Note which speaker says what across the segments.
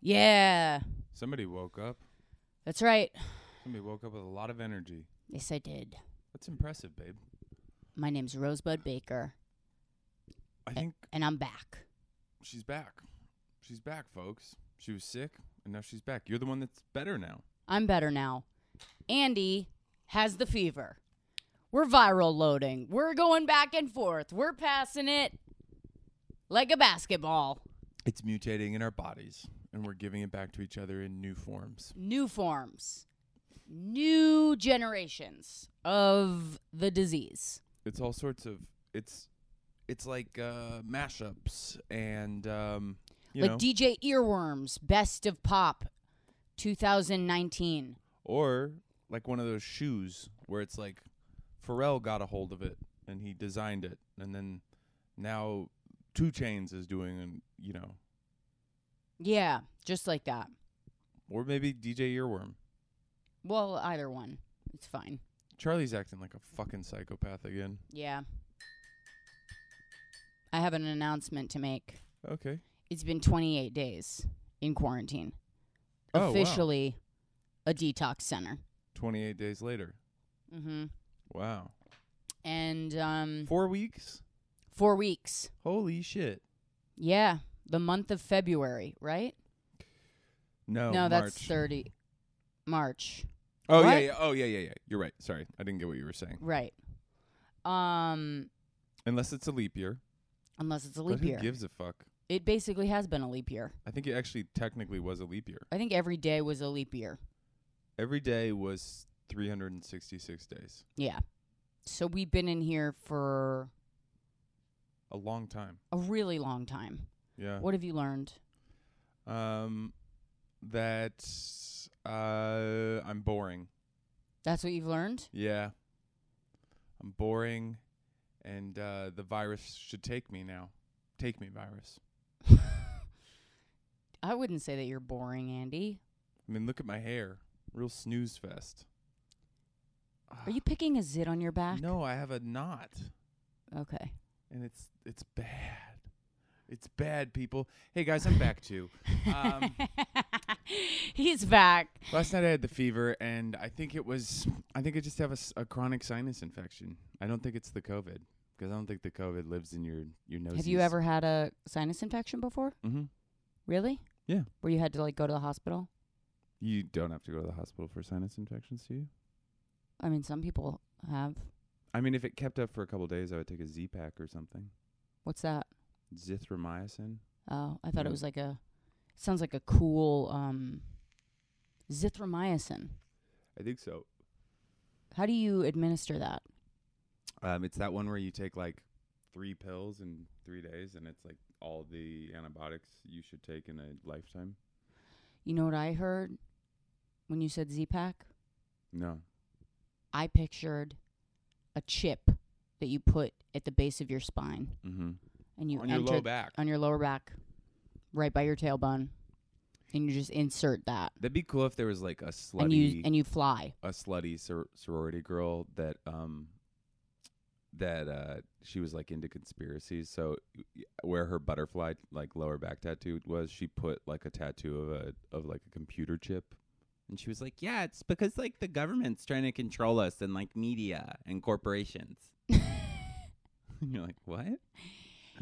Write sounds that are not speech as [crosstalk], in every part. Speaker 1: Yeah,
Speaker 2: Somebody woke up.
Speaker 1: that's right.
Speaker 2: Somebody woke up with a lot of energy.
Speaker 1: Yes, I did.
Speaker 2: That's impressive, babe.
Speaker 1: My name's Rosebud Baker,
Speaker 2: I think
Speaker 1: and I'm back.
Speaker 2: she's back. She's back, folks. She was sick, and now she's back. You're the one that's better now.
Speaker 1: I'm better now. Andy has the fever. We're viral loading. We're going back and forth. We're passing it like a basketball.
Speaker 2: It's mutating in our bodies, and we're giving it back to each other in new forms.
Speaker 1: New forms, new generations of the disease.
Speaker 2: It's all sorts of. It's, it's like uh, mashups and um, you
Speaker 1: like
Speaker 2: know,
Speaker 1: DJ Earworms, Best of Pop 2019.
Speaker 2: or like one of those shoes where it's like Pharrell got a hold of it and he designed it, and then now Two Chains is doing, and you know,
Speaker 1: Yeah, just like that.
Speaker 2: or maybe DJ Earworm.
Speaker 1: Well, either one. It's fine.
Speaker 2: Charlie's acting like a fucking psychopath again.
Speaker 1: Yeah. I have an announcement to make.
Speaker 2: Okay.
Speaker 1: It's been 28 days in quarantine.
Speaker 2: Oh, wow.
Speaker 1: Officially a detox center.
Speaker 2: 28 days later.
Speaker 1: Mm-hmm.
Speaker 2: Wow.
Speaker 1: And um,
Speaker 2: Four weeks?
Speaker 1: four weeks.
Speaker 2: Holy shit.
Speaker 1: Yeah, the month of February, right?
Speaker 2: No,
Speaker 1: no,
Speaker 2: Oh, March.
Speaker 1: that's 30. March.
Speaker 2: Oh, yeah,
Speaker 1: What?
Speaker 2: yeah. Oh, yeah, yeah, yeah. You're right. Sorry. I didn't get what you were saying.
Speaker 1: Right. Um,
Speaker 2: Unless it's a leap year.
Speaker 1: unless it's a
Speaker 2: But
Speaker 1: leap
Speaker 2: who
Speaker 1: year.
Speaker 2: gives a fuck?
Speaker 1: It basically has been a leap year.
Speaker 2: I think it actually technically was a leap year.
Speaker 1: I think every day was a leap year.
Speaker 2: Every day was 366 days.
Speaker 1: Yeah. So we've been in here for
Speaker 2: A long time.
Speaker 1: a really long time.
Speaker 2: Yeah.
Speaker 1: What have you learned?
Speaker 2: Um, that uh, I'm boring.
Speaker 1: That's what
Speaker 2: [laughs]
Speaker 1: you've learned?
Speaker 2: Yeah. I'm boring and uh the virus should take me now. Take me virus.
Speaker 1: I wouldn't say that you're boring, Andy.
Speaker 2: I mean, look at my hair. Real snooze fest. Ah. [sighs]
Speaker 1: Are you picking a zit on your back?
Speaker 2: No, I have a knot
Speaker 1: Okay.
Speaker 2: and it's it's bad. It's bad, people. Hey guys, I'm back too. Um
Speaker 1: [laughs] He's back.
Speaker 2: last night I had the fever and I think it was I think I just have a, s- a chronic sinus infection. I don't think it's the COVID because I don't think the COVID lives in your your nose.
Speaker 1: Have you ever had a sinus infection before?
Speaker 2: Mhm.
Speaker 1: Really?
Speaker 2: Yeah.
Speaker 1: Where you had to like go to the hospital?
Speaker 2: You don't have to go to the hospital for sinus infections, do you?
Speaker 1: I mean, some people have.
Speaker 2: I mean, if it kept up for a couple days, I would take a Z pack or something.
Speaker 1: What's that?
Speaker 2: Zithromycin.
Speaker 1: Oh, I thought
Speaker 2: Yeah.
Speaker 1: it was like a sounds like a cool um zithromycin.
Speaker 2: I think so.
Speaker 1: How do you administer that?
Speaker 2: Um, it's that one where you take like three pills in three days, and it's like all the antibiotics you should take in a lifetime.
Speaker 1: You know what I heard when you said Z-Pack?
Speaker 2: No.
Speaker 1: I pictured a chip that you put at the base of your spine
Speaker 2: Mm-hmm.
Speaker 1: and you
Speaker 2: On your
Speaker 1: enter
Speaker 2: low back.
Speaker 1: on your lower back right by your tailbone and you just insert that
Speaker 2: That'd be cool if there was like a slutty,
Speaker 1: and you and you fly.
Speaker 2: a slutty sor- sorority girl that um that uh she was like into conspiracies. So y- where her butterfly like lower back tattoo was, she put like a tattoo of a of like a computer chip And she was like, "Yeah, it's because like the government's trying to control us and like media and [laughs] corporations." and you're like, "What?"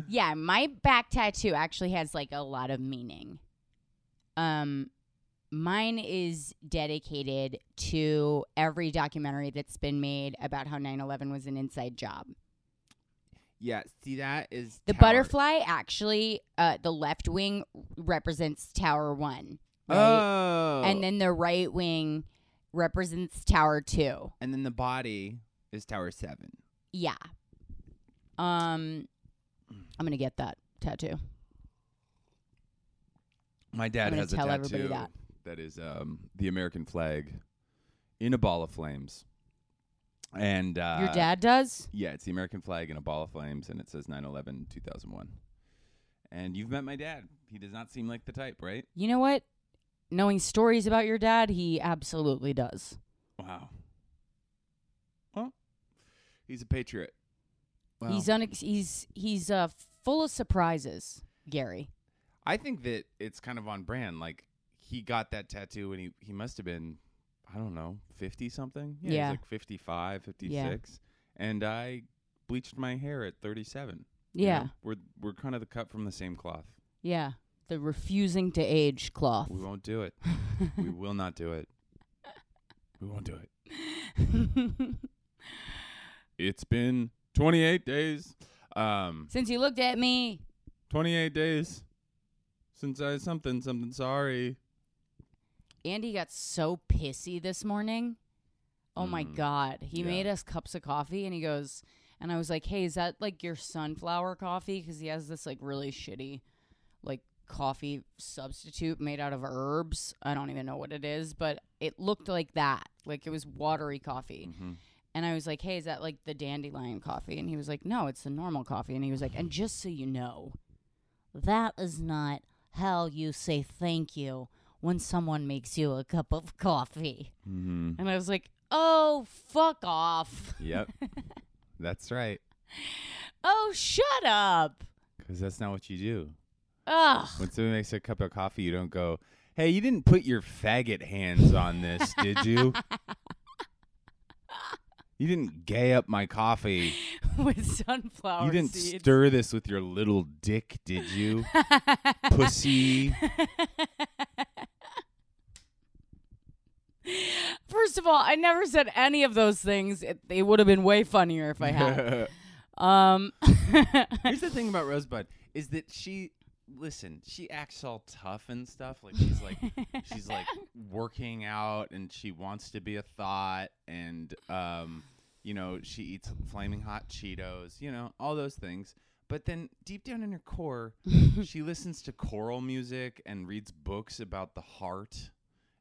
Speaker 1: yeah, my back tattoo actually has like a lot of meaning. Um mine is dedicated to every documentary that's been made about how 9/11 was an inside job.
Speaker 2: Yeah, see that is
Speaker 1: The butterfly actually uh the left wing represents tower 1. Right?
Speaker 2: Oh,
Speaker 1: And then the right wing represents tower 2.
Speaker 2: and then the body is Tower Seven.
Speaker 1: Yeah. Um I'm going to get that tattoo.
Speaker 2: My
Speaker 1: I'm
Speaker 2: dad
Speaker 1: gonna
Speaker 2: has a
Speaker 1: tell everybody
Speaker 2: tattoo
Speaker 1: that.
Speaker 2: that is um, the American flag in a ball of flames, and uh,
Speaker 1: Your dad does?
Speaker 2: Yeah, it's the American flag in a ball of flames, and it says 9-11, 2001. And you've met my dad. He does not seem like the type, right?
Speaker 1: You know what? Knowing stories about your dad, he absolutely does.
Speaker 2: Wow. Well, he's a patriot. Wow.
Speaker 1: He's unex- he's he's uh, full of surprises, Gary.
Speaker 2: I think that it's kind of on brand. Like he got that tattoo when he he must have been I don't know 50 something. Yeah,
Speaker 1: Yeah.
Speaker 2: He's like 55, 56. And I bleached my hair at 37. you
Speaker 1: Yeah.
Speaker 2: know? We're we're kind of the cut from the same cloth.
Speaker 1: Yeah. The refusing to age cloth.
Speaker 2: We won't do it.
Speaker 1: [laughs]
Speaker 2: we will not do it. We won't do it. It's been 28 days. Um
Speaker 1: [laughs] Since you looked at me,
Speaker 2: 28 days since I something something sorry.
Speaker 1: Andy got so pissy this morning. Oh my
Speaker 2: Mm.
Speaker 1: god. He
Speaker 2: Yeah.
Speaker 1: made us cups of coffee and he goes and I was like, "Hey, is that like your sunflower coffee cuz he has this like really shitty like coffee substitute made out of herbs. I don't even know what it is, but it looked like that. Like it was watery coffee."
Speaker 2: Mhm.
Speaker 1: And I was like, "Hey, is that like the dandelion coffee?" And he was like, "No, it's the normal coffee." And he was like, "And just so you know, that is not how you say thank you when someone makes you a cup of coffee."
Speaker 2: Mhm.
Speaker 1: And I was like, "Oh, fuck off. [laughs]
Speaker 2: Yep. That's right.
Speaker 1: Oh, shut up."
Speaker 2: Because that's not what you do.
Speaker 1: Ugh. [laughs]
Speaker 2: When somebody makes a cup of coffee, you don't go, hey, you didn't put your faggot hands on this, did
Speaker 1: [laughs]
Speaker 2: you? You didn't gay up my coffee.
Speaker 1: With sunflower
Speaker 2: You didn't
Speaker 1: seeds. [laughs]
Speaker 2: stir this with your little dick, did you? Pussy.
Speaker 1: First of all, I never said any of those things. It, it would have been way funnier if [laughs]
Speaker 2: [laughs]
Speaker 1: I had. Um, [laughs]
Speaker 2: Here's the thing about Rosebud is that she listen, she acts all tough and stuff. Like she's
Speaker 1: [laughs]
Speaker 2: like she's like working out and she wants to be a thought and um you know, she eats flaming hot Cheetos, you know, all those things. But then deep down in her
Speaker 1: [laughs]
Speaker 2: core, she listens to choral music and reads books about the heart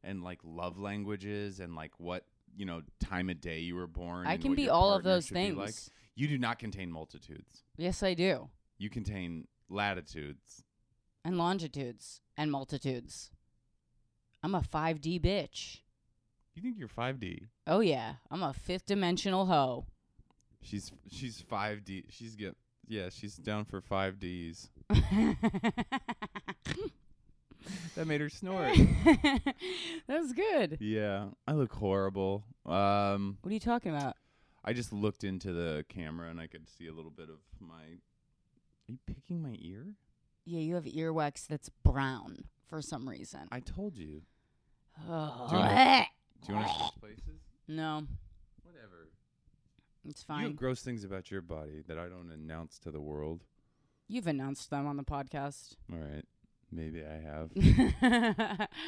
Speaker 2: and like love languages and like what, you know, time of day you were born.
Speaker 1: I
Speaker 2: and
Speaker 1: can
Speaker 2: what
Speaker 1: be
Speaker 2: your
Speaker 1: all of
Speaker 2: partner
Speaker 1: those
Speaker 2: should be
Speaker 1: things.
Speaker 2: like. You do not contain multitudes
Speaker 1: Yes, I do.
Speaker 2: you contain latitudes.
Speaker 1: And longitudes and multitudes. I'm a 5D bitch.
Speaker 2: You think you're 5D?
Speaker 1: Oh, yeah. I'm a fifth dimensional hoe.
Speaker 2: She's she's 5D. She's get yeah. She's down for 5Ds. That made her
Speaker 1: [laughs]
Speaker 2: snort.
Speaker 1: that was good.
Speaker 2: yeah, I look horrible. Um,
Speaker 1: What are you talking about?
Speaker 2: I just looked into the camera and I could see a little bit of my. Are you picking my ear?
Speaker 1: Yeah, you have earwax that's brown for some reason.
Speaker 2: I told you. Do you
Speaker 1: Ugh.
Speaker 2: wanna- Do you want to switch places?
Speaker 1: no,
Speaker 2: Whatever.
Speaker 1: it's
Speaker 2: You
Speaker 1: fine.
Speaker 2: have gross things about your body that I don't announce to the world.
Speaker 1: You've announced them on the podcast.
Speaker 2: All right, maybe I have.
Speaker 1: [laughs]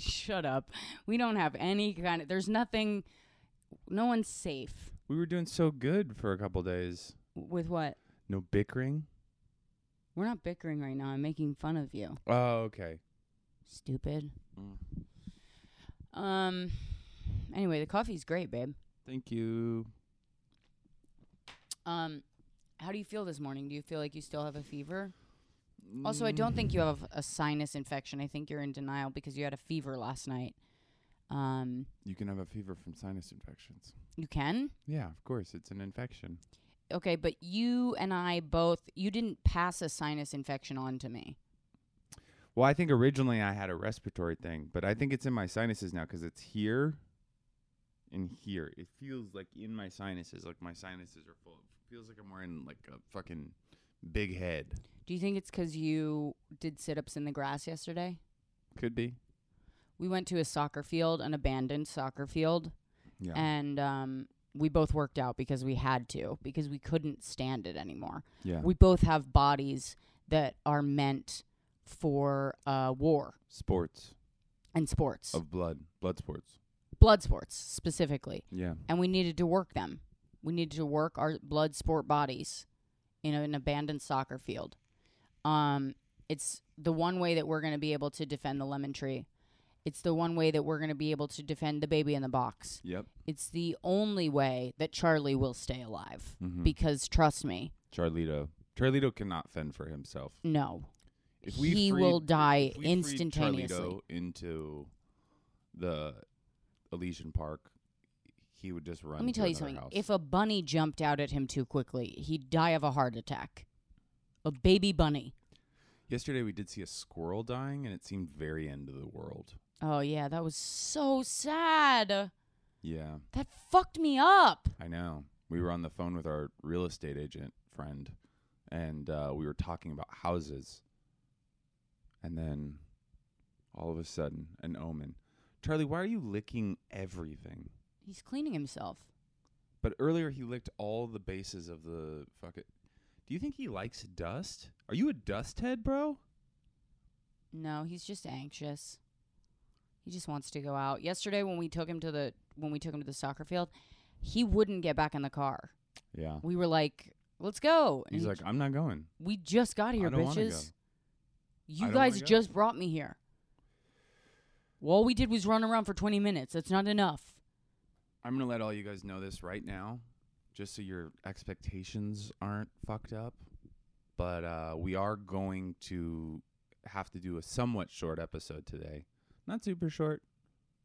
Speaker 1: Shut up. We don't have any kind of. There's nothing. No one's safe.
Speaker 2: we were doing so good for a couple days.
Speaker 1: With what?
Speaker 2: No bickering.
Speaker 1: We're not bickering right now. I'm making fun of you.
Speaker 2: Oh, okay.
Speaker 1: Stupid.
Speaker 2: Mm.
Speaker 1: Um. Anyway, the coffee's great, babe.
Speaker 2: Thank you.
Speaker 1: Um, how do you feel this morning? Do you feel like you still have a fever? Also, I don't think you have a sinus infection. I think you're in denial because you had a fever last night. Um,
Speaker 2: You can have a fever from sinus infections.
Speaker 1: you can.
Speaker 2: Yeah, of course. It's an infection.
Speaker 1: Okay, but you and I both you didn't pass a sinus infection on to me.
Speaker 2: Well, I think originally I had a respiratory thing, but I think it's in my sinuses now 'cause it's here and here. It feels like in my sinuses, like my sinuses are full. It feels like I'm wearing like a fucking big head.
Speaker 1: Do you think it's 'cause you did sit-ups in the grass yesterday?
Speaker 2: Could be.
Speaker 1: We went to a soccer field, an abandoned soccer field,
Speaker 2: Yeah.
Speaker 1: and um we both worked out because we had to because we couldn't stand it anymore.
Speaker 2: yeah.
Speaker 1: we both have bodies that are meant for uh, war
Speaker 2: sports
Speaker 1: and sports,
Speaker 2: of blood, blood sports.
Speaker 1: blood sports specifically,
Speaker 2: Yeah.
Speaker 1: and we needed to work them. We needed to work our blood sport bodies in an abandoned soccer field. Um, it's the one way that we're going to be able to defend the lemon tree. It's the one way that we're going to be able to defend the baby in the box.
Speaker 2: Yep.
Speaker 1: It's the only way that Charlie will stay alive.
Speaker 2: Mm-hmm.
Speaker 1: Because trust me,
Speaker 2: Charlito. Charlito cannot fend for himself.
Speaker 1: no,
Speaker 2: if we
Speaker 1: he
Speaker 2: freed-
Speaker 1: will die
Speaker 2: if we freed
Speaker 1: instantaneously.
Speaker 2: Charlito into the Elysian Park, he would just run.
Speaker 1: Let me
Speaker 2: to
Speaker 1: tell you
Speaker 2: another
Speaker 1: something.
Speaker 2: House.
Speaker 1: If a bunny jumped out at him too quickly, he'd die of a heart attack. A baby bunny.
Speaker 2: Yesterday we did see a squirrel dying, and it seemed very end of the world.
Speaker 1: Oh yeah, that was so sad.
Speaker 2: Yeah,
Speaker 1: That fucked me up.
Speaker 2: I know. We were on the phone with our real estate agent friend, and uh, we were talking about houses. And then, all of a sudden, an omen. Charlie, why are you licking everything?
Speaker 1: He's cleaning himself.
Speaker 2: But earlier he licked all the bases of the fuck it. Do you think he likes dust? Are you a dust head, bro?
Speaker 1: No, he's just anxious. He just wants to go out. Yesterday when we took him to the when we took him to the soccer field, he wouldn't get back in the car.
Speaker 2: Yeah.
Speaker 1: We were like, "Let's go." And
Speaker 2: He's
Speaker 1: he
Speaker 2: like, I'm not going.
Speaker 1: "We just got here,
Speaker 2: I don't wanna
Speaker 1: bitches.
Speaker 2: go." I
Speaker 1: You
Speaker 2: don't wanna
Speaker 1: guys
Speaker 2: go.
Speaker 1: just brought me here." Well, all we did was run around for 20 minutes. That's not enough.
Speaker 2: I'm gonna let all you guys know this right now, just so your expectations aren't fucked up. But uh, we are going to have to do a somewhat short episode today. Not super short,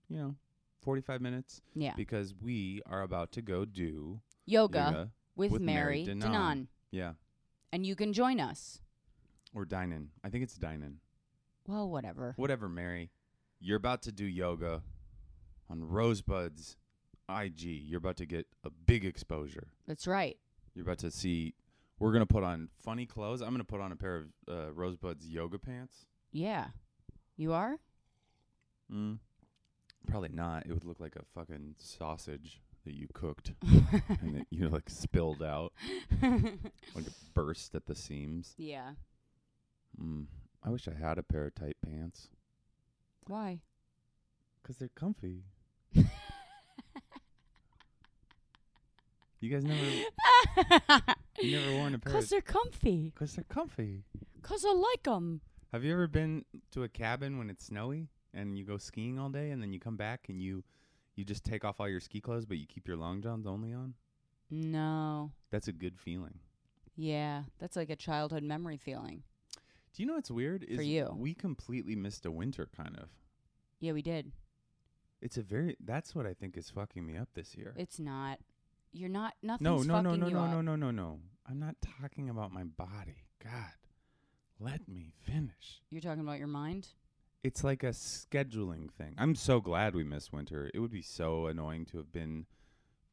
Speaker 2: you know, 45 minutes,
Speaker 1: Yeah.
Speaker 2: because we are about to go do
Speaker 1: Yoga,
Speaker 2: yoga.
Speaker 1: with,
Speaker 2: with Mary
Speaker 1: Mary,
Speaker 2: Denon.
Speaker 1: Denon.
Speaker 2: Yeah,
Speaker 1: and you can join us.
Speaker 2: or dining. I think it's dining.
Speaker 1: Well, whatever.
Speaker 2: Whatever, Mary. You're about to do yoga on Rosebud's IG. You're about to get a big exposure.
Speaker 1: That's right.
Speaker 2: You're about to see. We're gonna put on funny clothes. I'm gonna put on a pair of uh, Rosebud's yoga pants.
Speaker 1: Yeah. You are? [laughs]
Speaker 2: Mm. Probably not. It would look like a fucking sausage that you cooked and that you like spilled out, like it burst at the seams.
Speaker 1: yeah.
Speaker 2: Mm. I wish I had a pair of tight pants.
Speaker 1: Why?
Speaker 2: 'Cause they're comfy. You guys never, [gasps] you never worn a pair.
Speaker 1: Because they're comfy.
Speaker 2: Because they're comfy.
Speaker 1: Because I like 'em.
Speaker 2: Have you ever been to a cabin when it's snowy and you go skiing all day and then you come back and you you just take off all your ski clothes but you keep your long johns only on?
Speaker 1: No.
Speaker 2: That's a good feeling.
Speaker 1: Yeah. That's like a childhood memory feeling.
Speaker 2: Do you know what's weird? Is
Speaker 1: you.
Speaker 2: we completely missed a winter kind of.
Speaker 1: Yeah, we did.
Speaker 2: It's a very that's what I think is fucking me up this year.
Speaker 1: It's not. You're not.
Speaker 2: no,
Speaker 1: Nothing's
Speaker 2: no, no,
Speaker 1: fucking
Speaker 2: no,
Speaker 1: you
Speaker 2: no,
Speaker 1: up.
Speaker 2: no, no, no, no. I'm not talking about my body. God. Let me finish.
Speaker 1: You're talking about your mind?
Speaker 2: It's like a scheduling thing. I'm so glad we missed winter. It would be so annoying to have been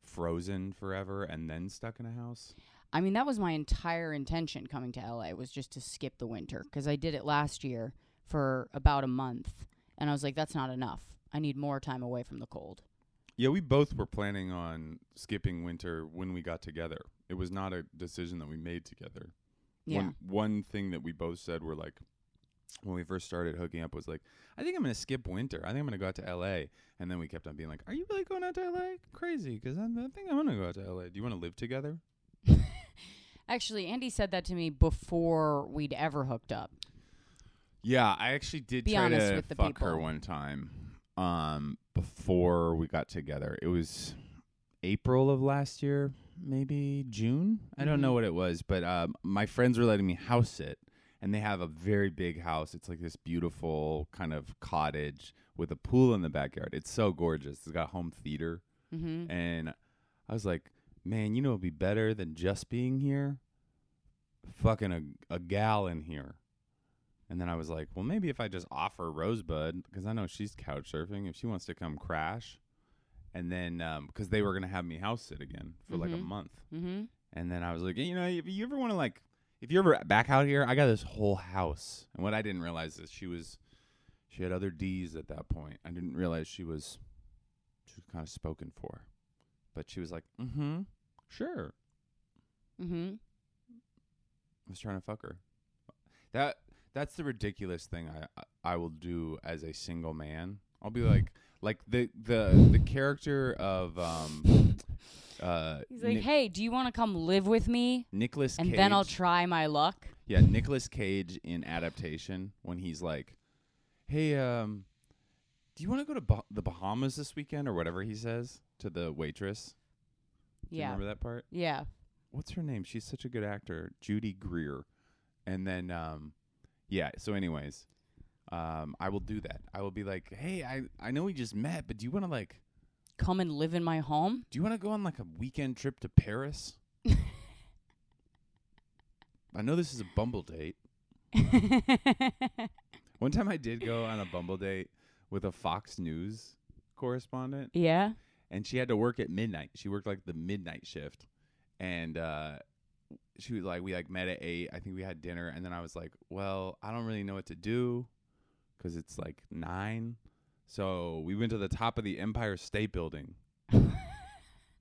Speaker 2: frozen forever and then stuck in a house.
Speaker 1: I mean, that was my entire intention coming to LA was just to skip the winter 'cause I did it last year for about a month, and I was like, that's not enough. I need more time away from the cold.
Speaker 2: Yeah, we both were planning on skipping winter when we got together. It was not a decision that we made together.
Speaker 1: Yeah,
Speaker 2: One, one thing that we both said were like, when we first started hooking up, was like, I think I'm going to skip winter. I think I'm going to go out to LA. And then we kept on being like, Are you really going out to LA? Crazy, 'cause I, I think I'm going to go out to LA. Do you want to live together?
Speaker 1: actually, Andy said that to me before we'd ever hooked up.
Speaker 2: Yeah, I actually did
Speaker 1: Be
Speaker 2: try
Speaker 1: honest
Speaker 2: to
Speaker 1: with the
Speaker 2: fuck her
Speaker 1: people.
Speaker 2: one time. Um, before we got together, it was April of last year, maybe June. I don't know
Speaker 1: Mhm.
Speaker 2: what it was, but um, my friends were letting me house sit, and they have a very big house. It's like this beautiful kind of cottage with a pool in the backyard. It's so gorgeous. It's got home theater
Speaker 1: Mm-hmm.
Speaker 2: and I was like, man, you know, it'd be better than just being here, fucking a, a gal in here. And then I was like, well, maybe if I just offer Rosebud, because I know she's couch surfing, if she wants to come crash, and then because they were gonna have me house sit again for like a
Speaker 1: Mhm.
Speaker 2: month,
Speaker 1: Mm-hmm.
Speaker 2: and then I was like, you know, if you ever want to like, if you're ever back out here, I got this whole house. And what I didn't realize is she was, she had other D's at that point. I didn't realize she was, she was kind of spoken for, but she was like, mm-hmm, sure.
Speaker 1: Mm-hmm.
Speaker 2: I was trying to fuck her. That that's the ridiculous thing I I will do as a single man. I'll be like
Speaker 1: [laughs]
Speaker 2: like the the the character of um uh
Speaker 1: He's like, hey, do you want to come live with me?
Speaker 2: Nicholas
Speaker 1: And then I'll try my luck.
Speaker 2: Yeah, Nicolas Cage in adaptation when he's like, "Hey, um, do you want to go to bah- the Bahamas this weekend or whatever he says to the waitress?" Do you
Speaker 1: Yeah.
Speaker 2: remember that part?
Speaker 1: Yeah.
Speaker 2: What's her name? She's such a good actor, Judy Greer. And then, um, yeah. So, anyways, um, I will do that. I will be like, "Hey, I I know we just met, but do you want to like,
Speaker 1: Come and live in my
Speaker 2: [laughs]
Speaker 1: home? [laughs]
Speaker 2: do you want to go on like a weekend trip to Paris?" I know this is a bumble date, One time I did go on a Bumble date with a Fox News correspondent,
Speaker 1: yeah.
Speaker 2: and she had to work at midnight. She worked like the midnight shift, and uh, she was like, we like met at eight. I think we had dinner, and then I was like, well, I don't really know what to do because it's like nine. So we went to the top of the Empire State Building. It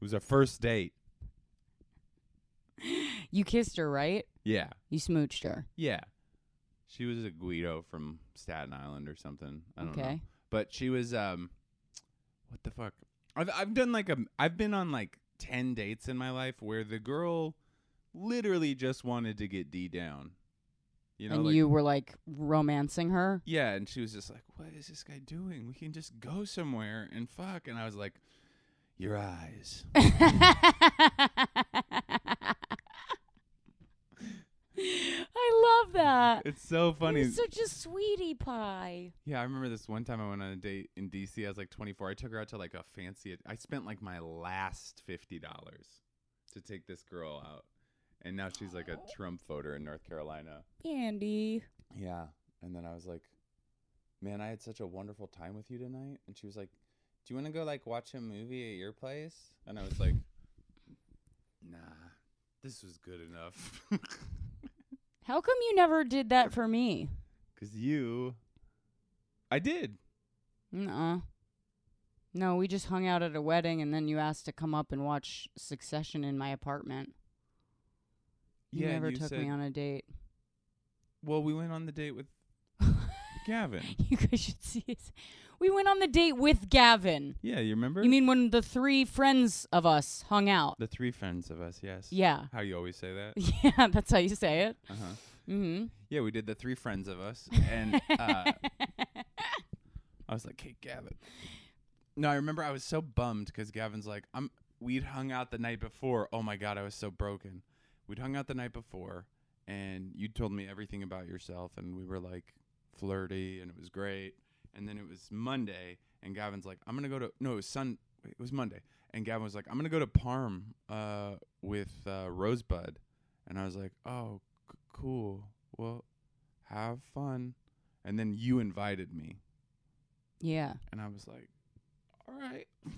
Speaker 2: was our first date.
Speaker 1: you kissed her, right?
Speaker 2: Yeah,
Speaker 1: You smooched her.
Speaker 2: yeah. She was a Guido from Staten Island or something. I don't know.
Speaker 1: Okay.
Speaker 2: but she was um what the fuck i've i've done like a i've been on like 10 dates in my life where the girl literally just wanted to get d down you know
Speaker 1: and
Speaker 2: like
Speaker 1: you were like romancing
Speaker 2: [laughs]
Speaker 1: her.
Speaker 2: yeah and she was just like what is this guy doing we can just go somewhere and fuck and i was like your eyes
Speaker 1: I love that.
Speaker 2: it's so funny
Speaker 1: You're such a sweetie pie.
Speaker 2: yeah i remember this one time i went on a date in dc i was like 24 i took her out to like a fancy i spent like my last $50 to take this girl out and now she's like a trump voter in north carolina
Speaker 1: Andy.
Speaker 2: Yeah. And then I was like, man, I had such a wonderful time with you tonight. And she was like, do you want to go like watch a movie at your place? And I was like, nah, this was good enough. [laughs]
Speaker 1: How come you never did that for me?
Speaker 2: Cause you, I did.
Speaker 1: Nuh-uh. No, we just hung out at a wedding and then you asked to come up and watch Succession in my apartment. You
Speaker 2: and
Speaker 1: never
Speaker 2: you
Speaker 1: took
Speaker 2: said-
Speaker 1: me on a date. [laughs]
Speaker 2: Well, we went on the date with Gavin.
Speaker 1: You guys should see us. We went on the date with Gavin.
Speaker 2: Yeah, you remember?
Speaker 1: You mean when the three friends of us hung out?
Speaker 2: the three friends of us? Yes.
Speaker 1: Yeah.
Speaker 2: How you always say that?
Speaker 1: Yeah, [laughs] that's how you say it.
Speaker 2: Uh huh.
Speaker 1: Mm-hmm.
Speaker 2: Yeah, we did the three friends of
Speaker 1: [laughs]
Speaker 2: us, and uh, I was like, "Hey, Gavin." No, I remember I was so bummed because Gavin's like, "I'm." We'd hung out the night before. Oh my god, I was so broken. We'd hung out the night before, and you told me everything about yourself, and we were like flirty, and it was great. And then it was Monday, and Gavin's like, "I'm gonna go to." No, it was Sun. It was Monday, and Gavin was like, "I'm gonna go to Parm uh, with uh, Rosebud," and I was like, "Oh, c- cool. Well, have fun." And then you invited me.
Speaker 1: Yeah.
Speaker 2: And I was like, all right, [laughs]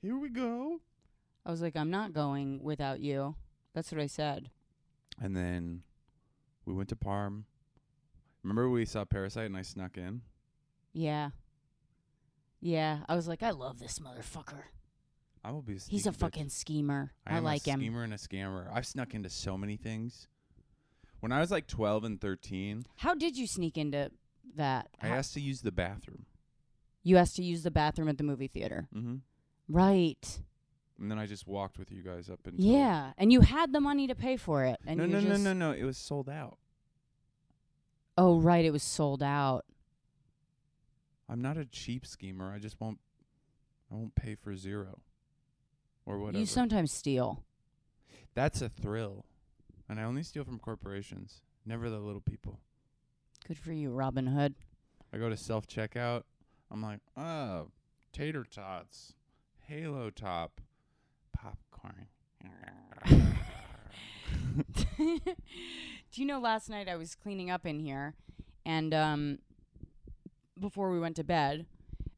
Speaker 2: here we go.
Speaker 1: I was like, I'm not going without you. That's what I said.
Speaker 2: And then we went to Parm. Remember we saw Parasite and I snuck in?
Speaker 1: Yeah. Yeah. I was like, I love this motherfucker.
Speaker 2: I will be.
Speaker 1: He's
Speaker 2: sneaky
Speaker 1: a
Speaker 2: bitch.
Speaker 1: fucking schemer. I,
Speaker 2: am
Speaker 1: like
Speaker 2: a
Speaker 1: him.
Speaker 2: Schemer and a scammer. I've snuck into so many things. When I was like 12 and 13,
Speaker 1: How did you sneak into that?
Speaker 2: I
Speaker 1: How-
Speaker 2: asked to use the bathroom.
Speaker 1: you asked to use the bathroom at the movie theater.
Speaker 2: Mm-hmm.
Speaker 1: Right.
Speaker 2: And then I just walked with you guys up until.
Speaker 1: Yeah. And you had the money to pay for it. And
Speaker 2: No,
Speaker 1: you
Speaker 2: no, no,
Speaker 1: just,
Speaker 2: no, no. It was sold out.
Speaker 1: Oh, right. It was sold out.
Speaker 2: I'm not a cheap schemer. I just won't. I won't pay for zero. Or whatever.
Speaker 1: You sometimes steal.
Speaker 2: That's a thrill. And I only steal from corporations, never the little people.
Speaker 1: Good for you, Robin Hood. [laughs]
Speaker 2: I go to self checkout. I'm like, oh, tater tots, halo top, popcorn. [laughs]
Speaker 1: Do you know last night I was cleaning up in here and um before we went to bed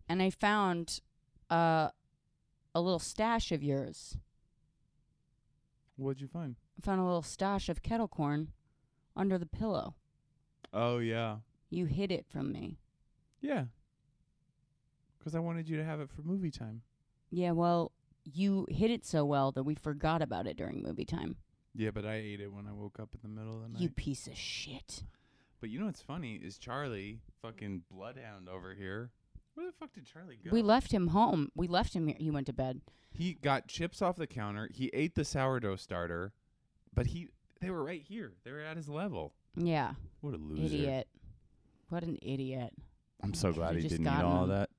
Speaker 1: and I found uh a little stash of yours.
Speaker 2: What'd you find?
Speaker 1: I found a little stash of kettle corn under the pillow.
Speaker 2: Oh, yeah.
Speaker 1: You hid it from me.
Speaker 2: Yeah. 'Cause I wanted you to have it for movie time.
Speaker 1: Yeah, well, you hid it so well that we forgot about it during movie time.
Speaker 2: Yeah, but I ate it when I woke up in the middle of the night.
Speaker 1: You piece of shit.
Speaker 2: but you know what's funny is Charlie, fucking bloodhound over here. Where the fuck did Charlie go?
Speaker 1: We left him home. We left him here. He went to bed.
Speaker 2: He got chips off the counter. He ate the sourdough starter, but he they were right here. They were at his level.
Speaker 1: Yeah.
Speaker 2: What a loser!
Speaker 1: Idiot. What an idiot.
Speaker 2: I'm so
Speaker 1: Should've
Speaker 2: glad he
Speaker 1: just
Speaker 2: didn't eat
Speaker 1: gotten
Speaker 2: all
Speaker 1: him.
Speaker 2: that.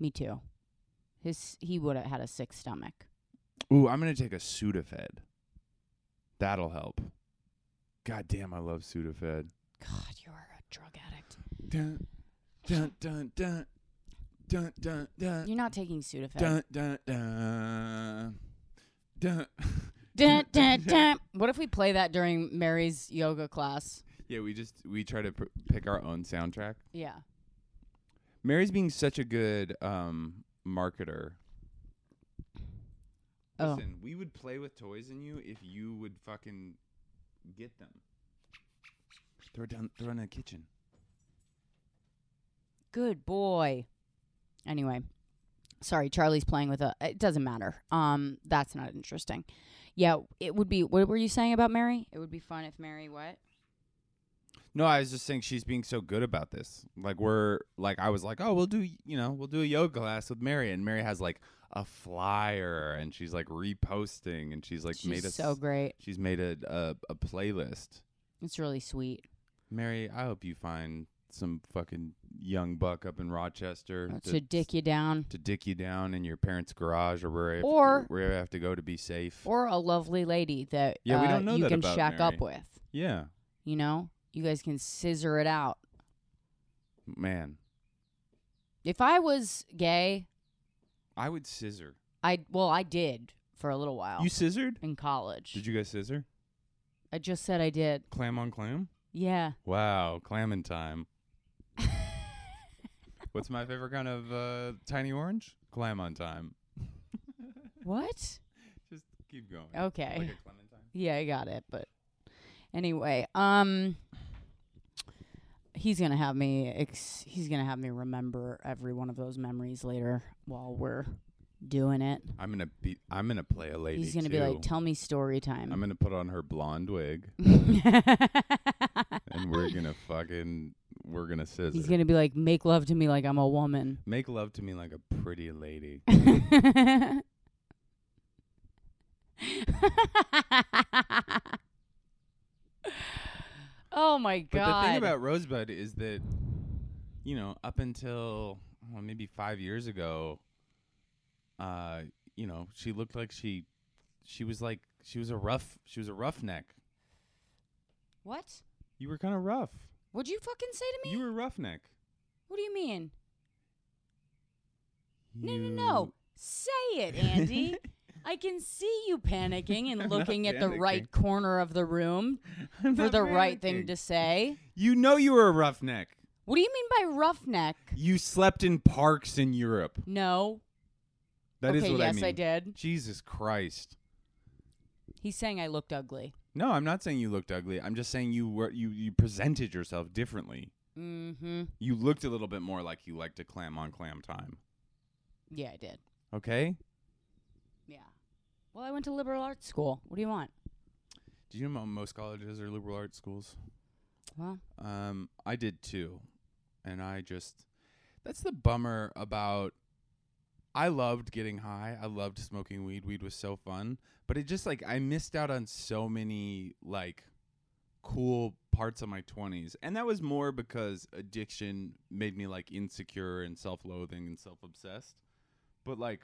Speaker 1: Me too. His he would have had a sick stomach.
Speaker 2: Ooh, I'm gonna take a Sudafed. That'll help. God damn, I love Sudafed.
Speaker 1: God, you are a drug addict.
Speaker 2: Dun dun dun dun dun dun dun
Speaker 1: You're not taking Sudafed.
Speaker 2: dun dun dun dun.
Speaker 1: Dun, dun, dun. What if we play that during Mary's yoga class?
Speaker 2: Yeah, we just we try to pr- pick our own soundtrack.
Speaker 1: Yeah.
Speaker 2: Mary's being such a good um marketer.
Speaker 1: Oh.
Speaker 2: Listen, we would play with toys in you if you would fucking get them. Throw it down throw it in the kitchen.
Speaker 1: Good boy. Anyway, sorry, Charlie's playing with a. It doesn't matter. Um, that's not interesting. Yeah, it would be. What were you saying about Mary? It would be fun if Mary what?
Speaker 2: No, I was just saying she's being so good about this. Like we're like I was like, "Oh, we'll do, you know, we'll do a yoga class with Mary." And Mary has like a flyer and she's like reposting and she's like
Speaker 1: She's
Speaker 2: made us
Speaker 1: so great.
Speaker 2: she's made a, a a playlist.
Speaker 1: It's really sweet.
Speaker 2: Mary, I hope you find some fucking young buck up in Rochester
Speaker 1: To dick you down,
Speaker 2: to dick you down in your parents' garage or where
Speaker 1: Or-
Speaker 2: where you have to go to be safe.
Speaker 1: or a lovely lady that
Speaker 2: Yeah, we
Speaker 1: uh,
Speaker 2: don't know
Speaker 1: you
Speaker 2: that
Speaker 1: can
Speaker 2: about
Speaker 1: shack
Speaker 2: Mary.
Speaker 1: up with.
Speaker 2: yeah,
Speaker 1: You know, you guys can scissor it out.
Speaker 2: man,
Speaker 1: If I was gay,
Speaker 2: I would scissor.
Speaker 1: I well, I did for a little while
Speaker 2: You scissored?
Speaker 1: in college.
Speaker 2: Did you guys scissor?
Speaker 1: I just said I did.
Speaker 2: Clam on clam?
Speaker 1: Yeah. [laughs]
Speaker 2: Wow, clamming time. What's my favorite kind of uh, tiny orange? Clam on time.
Speaker 1: What?
Speaker 2: Just keep going.
Speaker 1: Okay.
Speaker 2: Like a clementine.
Speaker 1: Yeah, I got it, but anyway, um he's going to have me ex- he's going to have me remember every one of those memories later while we're doing it.
Speaker 2: I'm gonna be. I'm gonna play a lady.
Speaker 1: He's going to be
Speaker 2: too.
Speaker 1: like, "Tell me story
Speaker 2: I'm
Speaker 1: time."
Speaker 2: gonna put on her blonde wig,
Speaker 1: [laughs]
Speaker 2: [laughs] and we're gonna fucking we're gonna scissor.
Speaker 1: he's going to be like, "Make love to me like I'm a woman." [laughs]
Speaker 2: Make love to me like a pretty lady.
Speaker 1: oh my god.
Speaker 2: But the thing about Rosebud is that, you know, up until well, maybe five years ago, uh, you know, she looked like she, she was like she was a rough, she was a roughneck.
Speaker 1: what?
Speaker 2: You were kind of rough.
Speaker 1: What'd you fucking say to me?
Speaker 2: You were a roughneck.
Speaker 1: what do you mean? No, no, no. Say it, Andy. I can see you panicking
Speaker 2: I'm [laughs] not
Speaker 1: and looking at the right
Speaker 2: panicking.
Speaker 1: corner of the room
Speaker 2: [laughs] I'm
Speaker 1: for
Speaker 2: not
Speaker 1: the right
Speaker 2: panicking.
Speaker 1: thing to say.
Speaker 2: You know, you were a roughneck.
Speaker 1: What do you mean by roughneck?
Speaker 2: You slept in parks in Europe.
Speaker 1: No.
Speaker 2: That is
Speaker 1: okay,
Speaker 2: what
Speaker 1: yes,
Speaker 2: I mean.
Speaker 1: did.
Speaker 2: Jesus Christ.
Speaker 1: He's saying I looked ugly.
Speaker 2: No, I'm not saying you looked ugly. I'm just saying you were you you presented yourself differently.
Speaker 1: Mm-hmm.
Speaker 2: You looked a little bit more like you like to clam on clam time.
Speaker 1: Yeah, I did.
Speaker 2: Okay?
Speaker 1: Yeah. Well, I went to liberal arts school. What do you want?
Speaker 2: Do you know mo- most colleges are liberal arts schools?
Speaker 1: Well,
Speaker 2: Um, I did too, and I just that's the bummer about. I loved getting high. I loved smoking weed. Weed was so fun, but it just like I missed out on so many like cool parts of my 20s. And that was more because addiction made me like insecure and self-loathing and self-obsessed. But like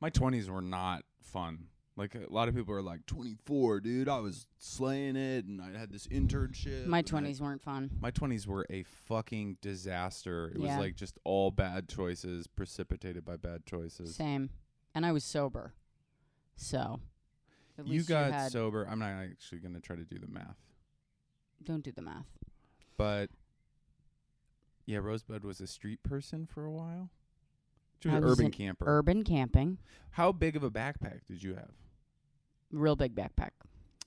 Speaker 2: my 20s were not fun. Like a lot of people are like 24, dude, I was slaying it and I had this internship.
Speaker 1: my
Speaker 2: and I-
Speaker 1: 20s weren't fun.
Speaker 2: my 20s were a fucking disaster. It was
Speaker 1: Yeah.
Speaker 2: like just all bad choices precipitated by bad choices.
Speaker 1: Same. And I was sober. So. At
Speaker 2: you
Speaker 1: least
Speaker 2: got
Speaker 1: had,
Speaker 2: sober. I'm not actually going to try to do the math.
Speaker 1: Don't do the math.
Speaker 2: But yeah, Rosebud was a street person for a while. She was
Speaker 1: I
Speaker 2: an
Speaker 1: was
Speaker 2: urban
Speaker 1: an
Speaker 2: camper.
Speaker 1: Urban camping.
Speaker 2: How big of a backpack did you have?
Speaker 1: real big backpack.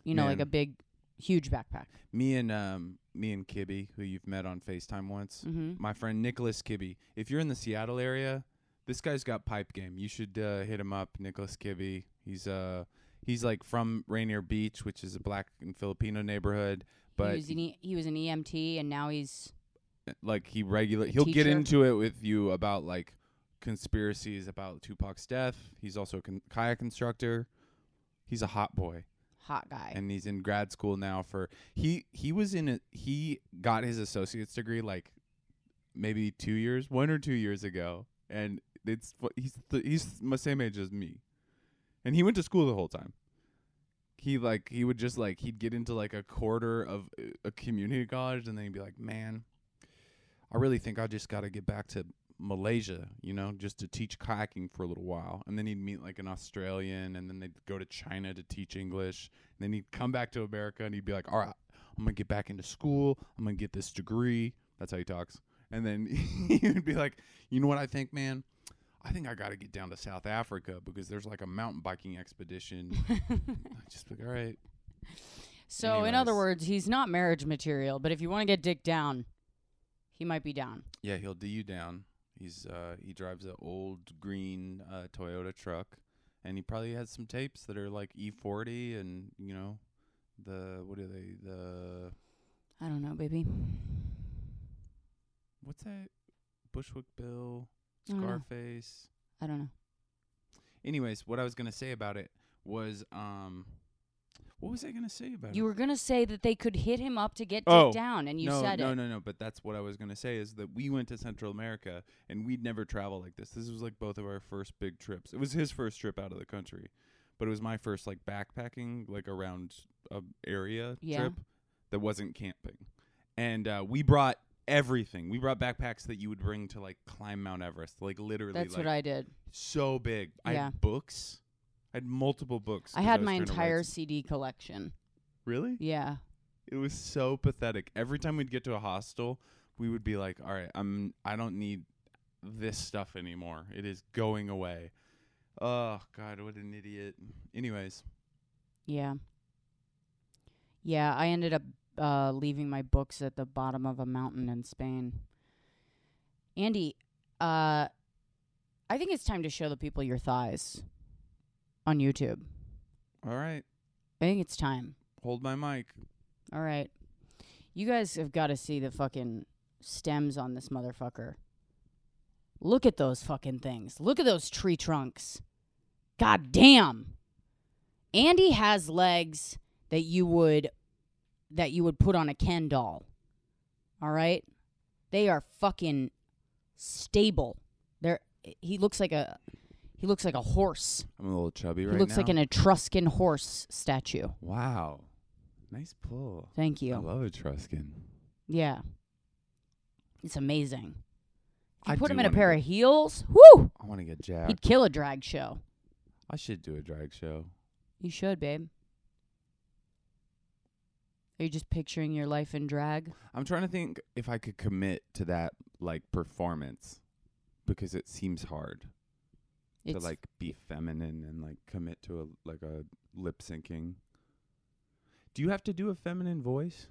Speaker 1: You know, like
Speaker 2: Man.
Speaker 1: a big, huge backpack.
Speaker 2: Me and um me and Kibby, who you've met on FaceTime once.
Speaker 1: Mm-hmm.
Speaker 2: my friend Nicholas Kibbe. If you're in the Seattle area, this guy's got pipe game. You should uh, hit him up, Nicholas Kibbe. He's uh he's like from Rainier Beach, which is a black and Filipino neighborhood,
Speaker 1: he
Speaker 2: but
Speaker 1: was, an e- he was an EMT, and now he's
Speaker 2: like he regular
Speaker 1: A
Speaker 2: he'll get
Speaker 1: teacher?
Speaker 2: into it with you about like conspiracies about Tupac's death. He's also a con- kayak instructor. He's a hot boy.
Speaker 1: hot guy.
Speaker 2: and he's in grad school now for he he was in a, he got his associate's degree like maybe two years one or two years ago and it's fu- he's th- he's the same age as me and he went to school the whole time he like he would just like he'd get into like a quarter of uh, a community college and then he'd be like man i really think i just got to get back to Malaysia, you know, just to teach kayaking for a little while. And then he'd meet like an Australian and then they'd go to China to teach English. And then he'd come back to America and he'd be like, all right, I'm going to get back into school. I'm going to get this degree. That's how he talks. And then [laughs] he'd be like, you know what I think, man? I think I got to get down to South Africa because there's like a mountain biking expedition. [laughs] I just like, all right.
Speaker 1: [laughs] So, in other
Speaker 2: Anyways.
Speaker 1: words, he's not marriage material, but if you want to get dick down, he might be down.
Speaker 2: Yeah, he'll do you down. He's uh he drives an old green uh Toyota truck and he probably has some tapes that are like E forty and you know the what are they the
Speaker 1: I don't know, baby.
Speaker 2: what's that? Bushwick Bill,
Speaker 1: I don't know.
Speaker 2: Scarface.
Speaker 1: I don't know.
Speaker 2: Anyways, what I was gonna say about it was um what was I gonna say about
Speaker 1: You
Speaker 2: it?
Speaker 1: were going to say that they could hit him up to get
Speaker 2: Oh.
Speaker 1: dick down, and you
Speaker 2: no,
Speaker 1: said
Speaker 2: no,
Speaker 1: it.
Speaker 2: no, no. But that's what I was gonna say is that we went to Central America and we'd never traveled like this. This was like both of our first big trips. It was his first trip out of the country, but it was my first like backpacking, like around a area
Speaker 1: Yeah.
Speaker 2: trip that wasn't camping. And uh, we brought everything. We brought backpacks that you would bring to like climb Mount Everest, like literally,
Speaker 1: That's
Speaker 2: like
Speaker 1: what I did.
Speaker 2: so big. I
Speaker 1: Yeah.
Speaker 2: had books. I had multiple books.
Speaker 1: I
Speaker 2: 'cause
Speaker 1: had
Speaker 2: was
Speaker 1: my
Speaker 2: trying to write
Speaker 1: entire
Speaker 2: some-
Speaker 1: CD collection.
Speaker 2: Really?
Speaker 1: Yeah.
Speaker 2: It was so pathetic. Every time we'd get to a hostel, we would be like, "All right, I'm I don't need this stuff anymore. It is going away." Oh god, what an idiot. Anyways,
Speaker 1: Yeah. Yeah, I ended up uh, leaving my books at the bottom of a mountain in Spain. Andy, uh, I think it's time to show the people your thighs on YouTube.
Speaker 2: all right,
Speaker 1: I think it's time.
Speaker 2: hold my mic.
Speaker 1: All right. You guys have got to see the fucking stems on this motherfucker. Look at those fucking things. Look at those tree trunks. God damn. Andy has legs that you would that you would put on a Ken doll. All right? They are fucking stable. They're he looks like a he looks like a horse.
Speaker 2: I'm a little chubby
Speaker 1: He
Speaker 2: right
Speaker 1: looks
Speaker 2: now.
Speaker 1: like an Etruscan horse statue.
Speaker 2: wow. Nice pull.
Speaker 1: Thank you.
Speaker 2: I love Etruscan.
Speaker 1: Yeah. It's amazing. If you
Speaker 2: I
Speaker 1: put him
Speaker 2: do
Speaker 1: in a
Speaker 2: wanna
Speaker 1: pair
Speaker 2: get-
Speaker 1: of heels, whoo!
Speaker 2: I want to get jacked.
Speaker 1: He'd kill a drag show.
Speaker 2: I should do a drag show.
Speaker 1: You should, babe. Are you just picturing your life in drag?
Speaker 2: I'm trying to think if I could commit to that like performance because it seems hard.
Speaker 1: It's
Speaker 2: to like be feminine and like commit to a like a lip syncing. Do you have to do a feminine voice?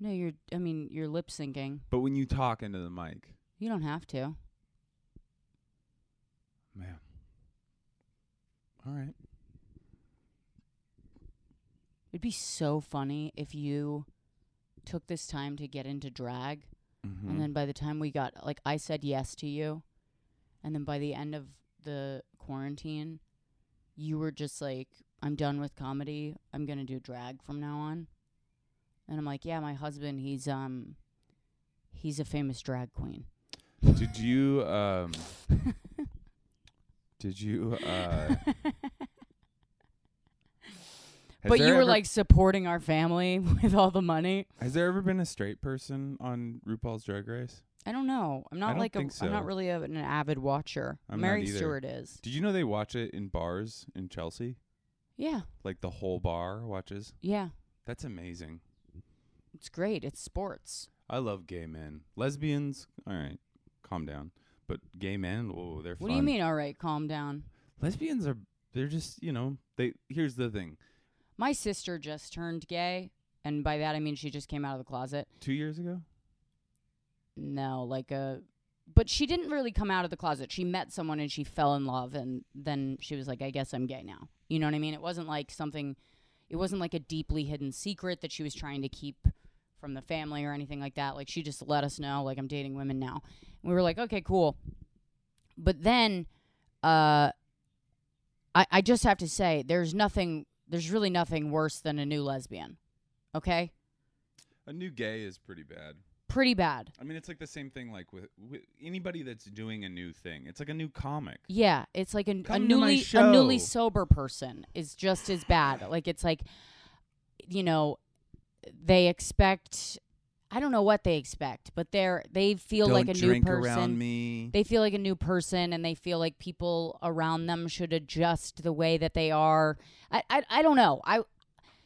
Speaker 1: no, you're. I mean, you're lip syncing.
Speaker 2: But when you talk into the mic,
Speaker 1: You don't have to.
Speaker 2: man. All right.
Speaker 1: It'd be so funny if you took this time to get into drag,
Speaker 2: Mm-hmm.
Speaker 1: and then by the time we got, like, I said yes to you, and then by the end of the quarantine, you were just like, I'm done with comedy. I'm gonna do drag from now on. And I'm like, yeah, my husband, he's um, he's a famous drag queen.
Speaker 2: did
Speaker 1: [laughs]
Speaker 2: you um did you
Speaker 1: [laughs]
Speaker 2: uh has
Speaker 1: but
Speaker 2: there
Speaker 1: you were
Speaker 2: ever-
Speaker 1: like supporting our family [laughs] with all the money.
Speaker 2: has there ever been a straight person on RuPaul's Drag Race?
Speaker 1: I don't know. I'm
Speaker 2: I
Speaker 1: not
Speaker 2: don't
Speaker 1: like a,
Speaker 2: think so.
Speaker 1: am not really a, an avid watcher.
Speaker 2: I'm not
Speaker 1: Mary
Speaker 2: either.
Speaker 1: Stewart is.
Speaker 2: Did you know they watch it in bars in Chelsea?
Speaker 1: Yeah,
Speaker 2: Like the whole bar watches?
Speaker 1: yeah.
Speaker 2: That's amazing.
Speaker 1: It's great. It's sports.
Speaker 2: I love gay men. Lesbians, all right, calm down. But gay men, whoa, they're
Speaker 1: What
Speaker 2: fun.
Speaker 1: do you mean? All right, calm down.
Speaker 2: Lesbians are they're just you know they. Here's the thing:
Speaker 1: My sister just turned gay, and by that I mean she just came out of the closet.
Speaker 2: two years ago,
Speaker 1: No, like a. But she didn't really come out of the closet. She met someone and she fell in love, and then she was like, I guess I'm gay now. You know what I mean? It wasn't like something. It wasn't like a deeply hidden secret that she was trying to keep from the family or anything like that. Like, she just let us know, like, I'm dating women now. And we were like, okay, cool. But then, uh, I, I just have to say, there's nothing, there's really nothing worse than a new lesbian. Okay?
Speaker 2: a new gay is pretty bad.
Speaker 1: Pretty bad.
Speaker 2: I mean, it's like the same thing like with, with anybody that's doing a new thing. It's like a new comic.
Speaker 1: Yeah, it's like a, a
Speaker 2: Come to my
Speaker 1: newly a newly
Speaker 2: show.
Speaker 1: sober person is
Speaker 2: [sighs]
Speaker 1: just as bad. Like it's like, you know, they expect. I don't know what they expect, but they're they feel
Speaker 2: Don't
Speaker 1: like a
Speaker 2: drink
Speaker 1: new person.
Speaker 2: around me.
Speaker 1: They feel like a new person, and they feel like people around them should adjust the way that they are. I I, I don't know. I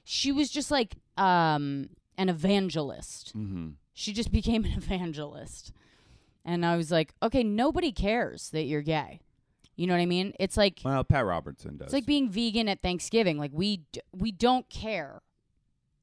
Speaker 1: she was just like um an evangelist.
Speaker 2: mm-hmm.
Speaker 1: She just [laughs] became an evangelist, and I was like, okay, nobody cares that you're gay. You know what I mean? It's like
Speaker 2: Well, Pat Robertson does.
Speaker 1: it's like being vegan at Thanksgiving. Like we d- we don't care,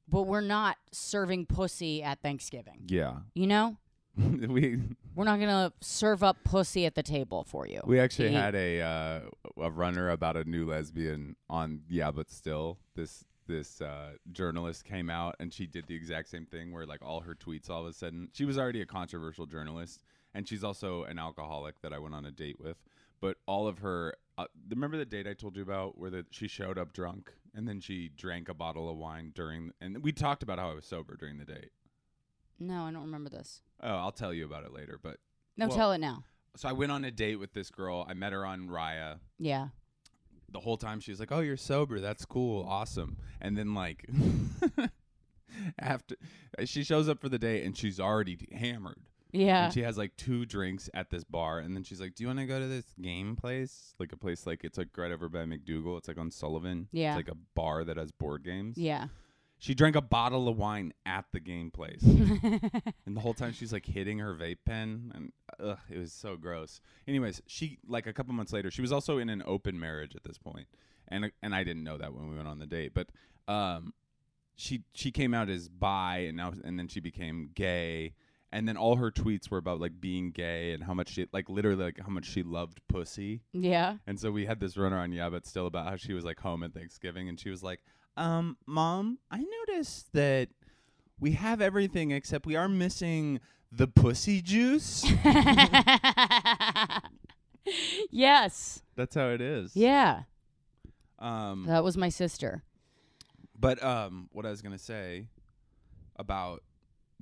Speaker 1: but we're not serving pussy at Thanksgiving.
Speaker 2: yeah, [laughs]
Speaker 1: You know,
Speaker 2: we
Speaker 1: we're not gonna serve up pussy at the table for you.
Speaker 2: we actually
Speaker 1: Eat.
Speaker 2: had a uh, a runner about a new lesbian on yeah, but still this this uh, journalist came out and she did the exact same thing where like all her tweets all of a sudden she was already a controversial journalist and she's also an alcoholic that I went on a date with, but all of her. Uh, remember the date I told you about where the, she showed up drunk and then she drank a bottle of wine during and we talked about how I was sober during the date.
Speaker 1: no, I don't remember this.
Speaker 2: Oh, I'll tell you about it later, but
Speaker 1: No,
Speaker 2: Well-
Speaker 1: tell it now.
Speaker 2: so I went on a date with this girl. I met her on Raya.
Speaker 1: Yeah,
Speaker 2: The whole time she was like, "Oh, you're sober. That's cool. Awesome." And then like [laughs] after she shows up for the date and she's already hammered.
Speaker 1: yeah.
Speaker 2: And she has like two drinks at this bar and then she's like, "Do you want to go to this game place? Like a place like it's like right over by McDougal. It's like on Sullivan.
Speaker 1: Yeah.
Speaker 2: It's like a bar that has board games."
Speaker 1: yeah. [laughs]
Speaker 2: She drank a bottle of wine at the game place. And the whole time she's like hitting her vape pen, and ugh, it was so gross. Anyways, she like a couple months later, she was also in an open marriage at this point, and and I didn't know that when we went on the date, but um, she she came out as bi, and now and then she became gay, and then all her tweets were about like being gay and how much she like literally like how much she loved pussy, [laughs]
Speaker 1: yeah. [laughs]
Speaker 2: and so we had this runner on yeah, but still about how she was like home at Thanksgiving and she was like, "Um, mom, I noticed that we have everything except we are missing the pussy juice."
Speaker 1: yes.
Speaker 2: That's how it is.
Speaker 1: Yeah.
Speaker 2: Um,
Speaker 1: That was my sister.
Speaker 2: but um, what I was gonna say about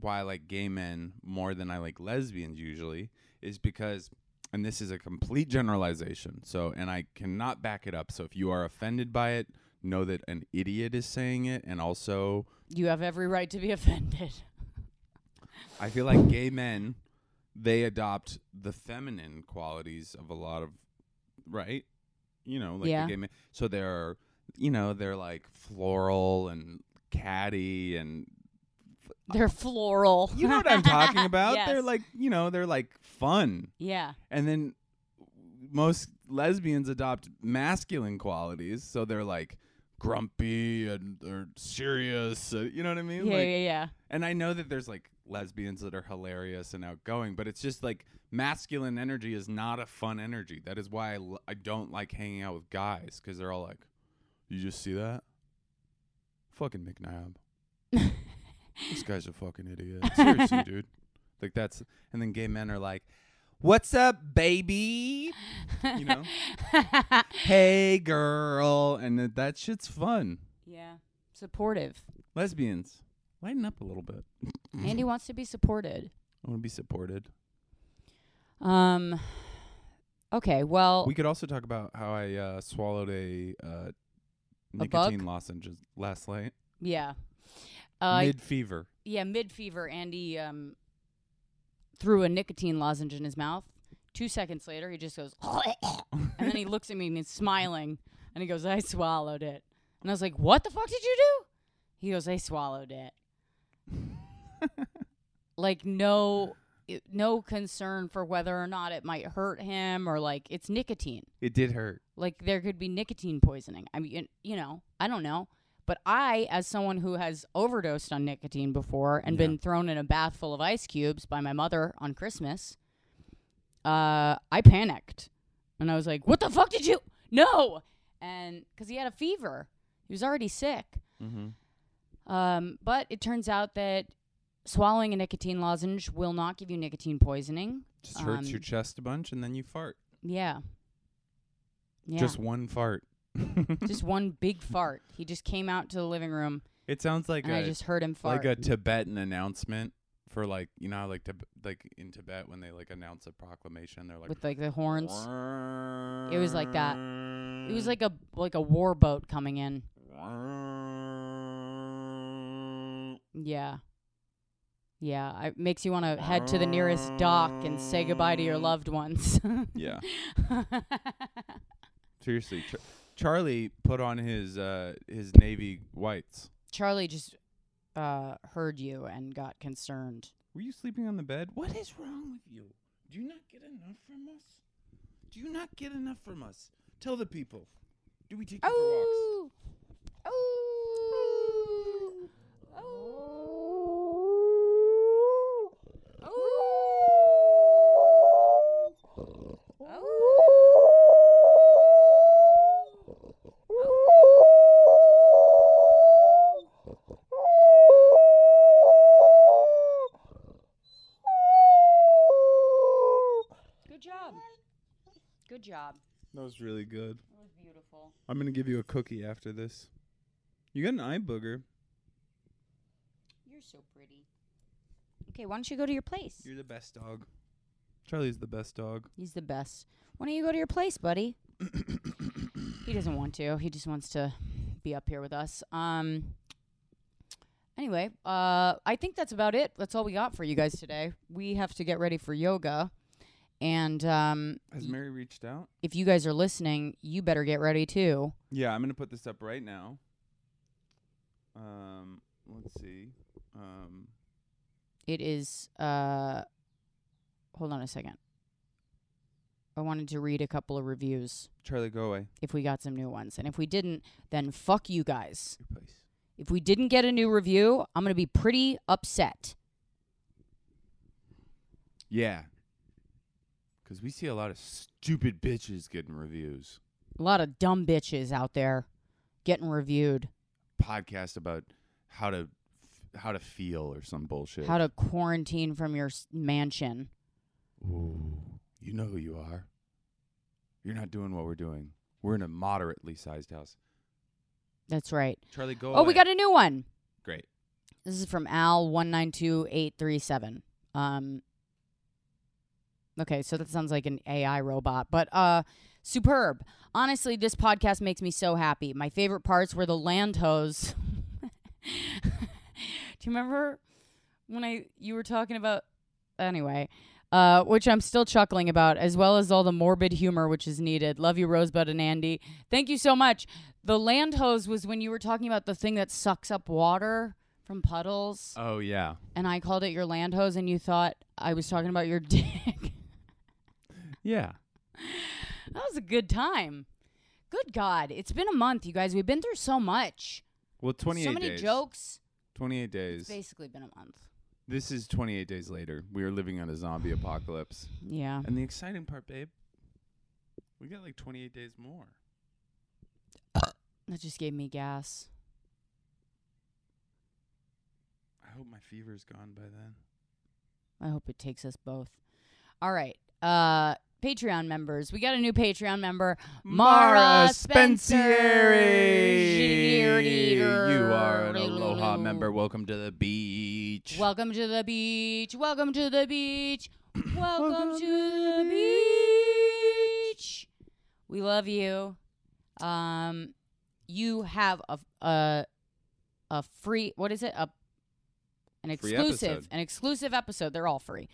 Speaker 2: why I like gay men more than I like lesbians usually is because. And this is a complete generalization. So, and I cannot back it up. So, if you are offended by it, know that an idiot is saying it. And also,
Speaker 1: You have every right to be [laughs] offended.
Speaker 2: I feel like gay men, they adopt the feminine qualities of a lot of, right? You know, like
Speaker 1: Yeah.
Speaker 2: the gay men. So they're, you know, they're like floral and catty and
Speaker 1: They're floral. [laughs]
Speaker 2: you know what I'm talking about. They're
Speaker 1: Yes.
Speaker 2: like, you know, they're like fun.
Speaker 1: Yeah.
Speaker 2: And then most lesbians adopt masculine qualities, so they're like grumpy and they're serious. Uh, you know what I mean?
Speaker 1: Yeah.
Speaker 2: like,
Speaker 1: yeah. Yeah.
Speaker 2: and I know that there's like lesbians that are hilarious and outgoing, but it's just like masculine energy is not a fun energy. That is why I, l- I don't like hanging out with guys because they're all like, "You just see that? Fucking McNabb. this guy's a fucking idiot. Seriously, dude. Like that's." And then gay men are like, "What's up, baby? You know, hey, girl." And that, that shit's fun.
Speaker 1: [laughs] yeah. Supportive.
Speaker 2: Lesbians, lighten up a little bit. Mm-hmm.
Speaker 1: Andy wants to be supported.
Speaker 2: [laughs] I want to be supported.
Speaker 1: Um. Okay. Well.
Speaker 2: We could also talk about how I uh, swallowed a uh,
Speaker 1: bug?
Speaker 2: nicotine lozenge last night.
Speaker 1: yeah. Uh.
Speaker 2: Mid fever.
Speaker 1: yeah. Mid fever. Andy um. Threw a nicotine lozenge in his mouth. Two seconds later, he just goes, [laughs] and then he looks at me and he's smiling, and he goes, "I swallowed it." And I was like, "What the fuck did you do?" He goes, "I swallowed it." [laughs] like no, it- no concern for whether or not it might hurt him or like it's nicotine.
Speaker 2: [laughs] It did hurt.
Speaker 1: Like there could be nicotine poisoning. I mean, you know, I don't know. But I, as someone who has overdosed on nicotine before and
Speaker 2: Yeah.
Speaker 1: been thrown in a bath full of ice cubes by my mother on Christmas, uh, I panicked. And I was like, what the fuck did you? No! And because he had a fever, he was already sick.
Speaker 2: Mm-hmm.
Speaker 1: Um, but it turns out that swallowing a nicotine lozenge will not give you nicotine poisoning.
Speaker 2: Just hurts your
Speaker 1: Um,
Speaker 2: chest a bunch, and then you fart.
Speaker 1: Yeah. Yeah.
Speaker 2: Just one fart. [laughs]
Speaker 1: just one big fart. He just came out to the living room,
Speaker 2: it sounds like
Speaker 1: and I
Speaker 2: a
Speaker 1: just heard him
Speaker 2: like
Speaker 1: fart.
Speaker 2: a Tibetan announcement for like you know how like Tib- like in Tibet when they like announce a proclamation they're like
Speaker 1: with like the horns.
Speaker 2: it
Speaker 1: was like that. It was like a like a war boat coming in. Yeah, Yeah, it makes you want to head to the nearest dock and say goodbye to your loved ones. [laughs]
Speaker 2: [laughs] Yeah. Seriously, Char- Charlie put on his uh his navy whites.
Speaker 1: Charlie just uh, heard you and got concerned.
Speaker 2: Were you sleeping on the bed? What is wrong with you? Do you not get enough from us? Do you not get enough from us? Tell the people. Do we take you for
Speaker 1: Oh, oh, oh, oh, Good job. Good job.
Speaker 2: walks? That was really good.
Speaker 1: It was beautiful.
Speaker 2: I'm gonna give you a cookie after this. You got an eye booger.
Speaker 1: You're so pretty. Okay, why don't you go to your place?
Speaker 2: You're the best dog. Charlie's the best dog.
Speaker 1: He's the best. Why don't you go to your place, buddy? [coughs] he doesn't want to. He just wants to be up here with us. Um anyway, uh I think that's about it. That's all we got for you guys today. We have to get ready for yoga. And um
Speaker 2: Has Mary reached out?
Speaker 1: if you guys are listening, you better get ready too.
Speaker 2: Yeah, I'm gonna put this up right now. Um, let's see. Um,
Speaker 1: It is uh hold on a second. I wanted to read a couple of reviews
Speaker 2: Charlie, go away.
Speaker 1: if we got some new ones. And if we didn't, then fuck you guys.
Speaker 2: Your place.
Speaker 1: If we didn't get a new review, I'm going to be pretty upset.
Speaker 2: Yeah. 'Cause we see a lot of stupid bitches getting reviews.
Speaker 1: A lot of dumb bitches out there getting reviewed.
Speaker 2: Podcast about how to f- how to feel or some bullshit.
Speaker 1: How to quarantine from your s- mansion.
Speaker 2: Ooh, you know who you are. You're not doing what we're doing. We're in a moderately sized house.
Speaker 1: That's right.
Speaker 2: Charlie, go.
Speaker 1: Oh, we
Speaker 2: away.
Speaker 1: got a new one.
Speaker 2: great.
Speaker 1: This is from Al192837. Um Okay, so that sounds like an AI robot, but uh superb. Honestly, this podcast makes me so happy. My favorite parts were the land hose. [laughs] Do you remember when I you were talking about anyway, uh, which I'm still chuckling about, as well as all the morbid humor which is needed. Love you, Rosebud and Andy. Thank you so much. The land hose was when you were talking about the thing that sucks up water from puddles,
Speaker 2: Oh yeah.
Speaker 1: and I called it your land hose, and you thought I was talking about your [laughs] dick.
Speaker 2: Yeah.
Speaker 1: that was a good time. Good God, it's been a month, you guys. We've been through so much,
Speaker 2: Well, 28
Speaker 1: so many
Speaker 2: days.
Speaker 1: jokes.
Speaker 2: 28 days.
Speaker 1: It's basically been a month.
Speaker 2: This is 28 days later. We are living on a zombie apocalypse.
Speaker 1: Yeah.
Speaker 2: And the exciting part, babe, we got like 28 days more.
Speaker 1: That just gave me gas.
Speaker 2: I hope my fever's gone by then.
Speaker 1: I hope it takes us both. All right. Uh Patreon members. We got a new Patreon member, Mara
Speaker 2: Spencieri.
Speaker 1: Spencieri.
Speaker 2: You are an Aloha member. Welcome to the beach.
Speaker 1: Welcome to the beach. Welcome to the
Speaker 2: [coughs]
Speaker 1: beach. Welcome to the beach. We love you. Um you have a a, a free what is it? A an
Speaker 2: Free
Speaker 1: exclusive
Speaker 2: episode.
Speaker 1: an exclusive episode. They're all free.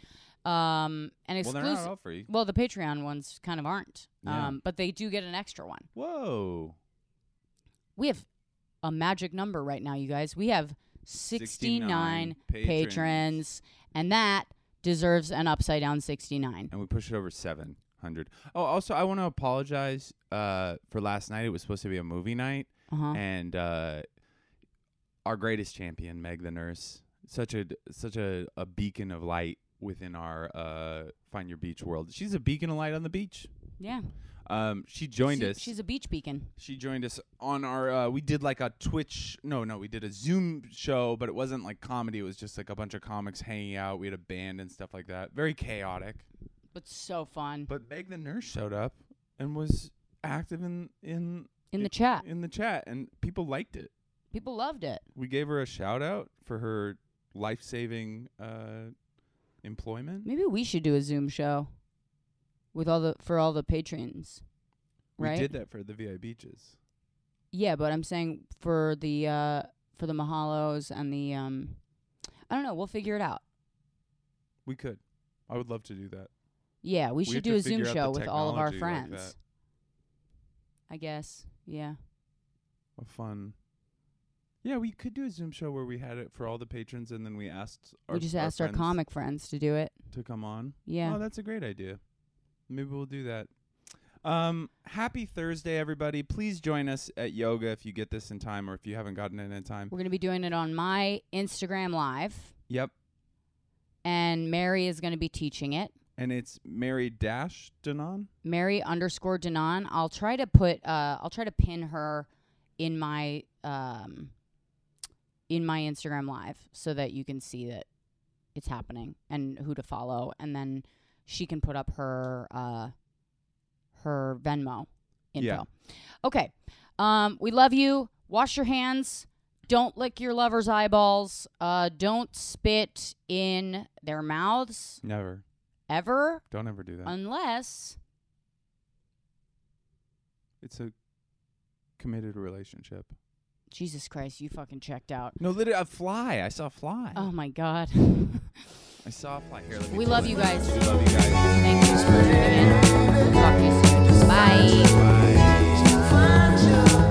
Speaker 1: Um an
Speaker 2: well,
Speaker 1: exclusive
Speaker 2: they're not all free.
Speaker 1: well, the Patreon ones kind of aren't,
Speaker 2: Yeah.
Speaker 1: um, but they do get an extra one.
Speaker 2: Whoa.
Speaker 1: We have a magic number right now, you guys. We have 69, patrons. and that deserves an upside down 69.
Speaker 2: and we push it over 700. Oh, also, I want to apologize uh, for last night. It was supposed to be a movie night,
Speaker 1: Uh-huh.
Speaker 2: and uh, our greatest champion, Meg the nurse, such a such a, a beacon of light within our uh, Find Your Beach world. She's a beacon of light on the beach.
Speaker 1: Yeah.
Speaker 2: Um, she joined
Speaker 1: She-
Speaker 2: us.
Speaker 1: She's a beach beacon.
Speaker 2: She joined us on our. Uh, we did like a Twitch. No, no, we did a Zoom show, but it wasn't like comedy. It was just like a bunch of comics hanging out. We had a band and stuff like that. Very chaotic.
Speaker 1: But so fun.
Speaker 2: But Meg the nurse showed up and was active in in
Speaker 1: In the chat,
Speaker 2: in the chat, and people liked it.
Speaker 1: people loved it.
Speaker 2: We gave her a shout out for her life saving uh, employment.
Speaker 1: Maybe we should do a Zoom show with all the for all the patrons. Right?
Speaker 2: We did that for the VI beaches.
Speaker 1: Yeah, but I'm saying for the uh for the Mahalos and the um I don't know, we'll figure it out.
Speaker 2: We could. I would love to do that.
Speaker 1: Yeah, we,
Speaker 2: We
Speaker 1: should
Speaker 2: have
Speaker 1: do
Speaker 2: to
Speaker 1: a Zoom
Speaker 2: figure out
Speaker 1: show
Speaker 2: the
Speaker 1: with all of our
Speaker 2: technology like
Speaker 1: friends.
Speaker 2: that.
Speaker 1: I guess. Yeah.
Speaker 2: A fun. Yeah, we could do a Zoom show where we had it for all the patrons, and then we asked our
Speaker 1: we just asked our
Speaker 2: friends
Speaker 1: comic friends to do it.
Speaker 2: to come on.
Speaker 1: Yeah.
Speaker 2: Oh, that's a great idea. Maybe we'll do that. Um, happy Thursday, everybody. Please join us at yoga if you get this in time or if you haven't gotten it in time.
Speaker 1: We're going to be doing it on my Instagram live
Speaker 2: Yep.
Speaker 1: and Mary is going to be teaching it.
Speaker 2: And it's Mary Dash Danon.
Speaker 1: Mary underscore Danon. I'll try to put uh I'll try to pin her in my um in my Instagram live so that you can see that it's happening and who to follow and then she can put up her uh her Venmo info.
Speaker 2: Yeah.
Speaker 1: Okay. Um we love you. Wash your hands. Don't lick your lover's eyeballs. Uh don't spit in their mouths
Speaker 2: Never.
Speaker 1: ever
Speaker 2: Don't ever do that.
Speaker 1: unless
Speaker 2: it's a committed relationship.
Speaker 1: Jesus Christ, you fucking checked out.
Speaker 2: No, literally a fly. I saw a fly.
Speaker 1: Oh my God. [laughs]
Speaker 2: I saw a fly. Here, let me
Speaker 1: we
Speaker 2: pull
Speaker 1: love
Speaker 2: it.
Speaker 1: you guys.
Speaker 2: We love you guys.
Speaker 1: Thank you for tuning in. Talk to you soon. Bye.
Speaker 2: Bye.
Speaker 3: Find your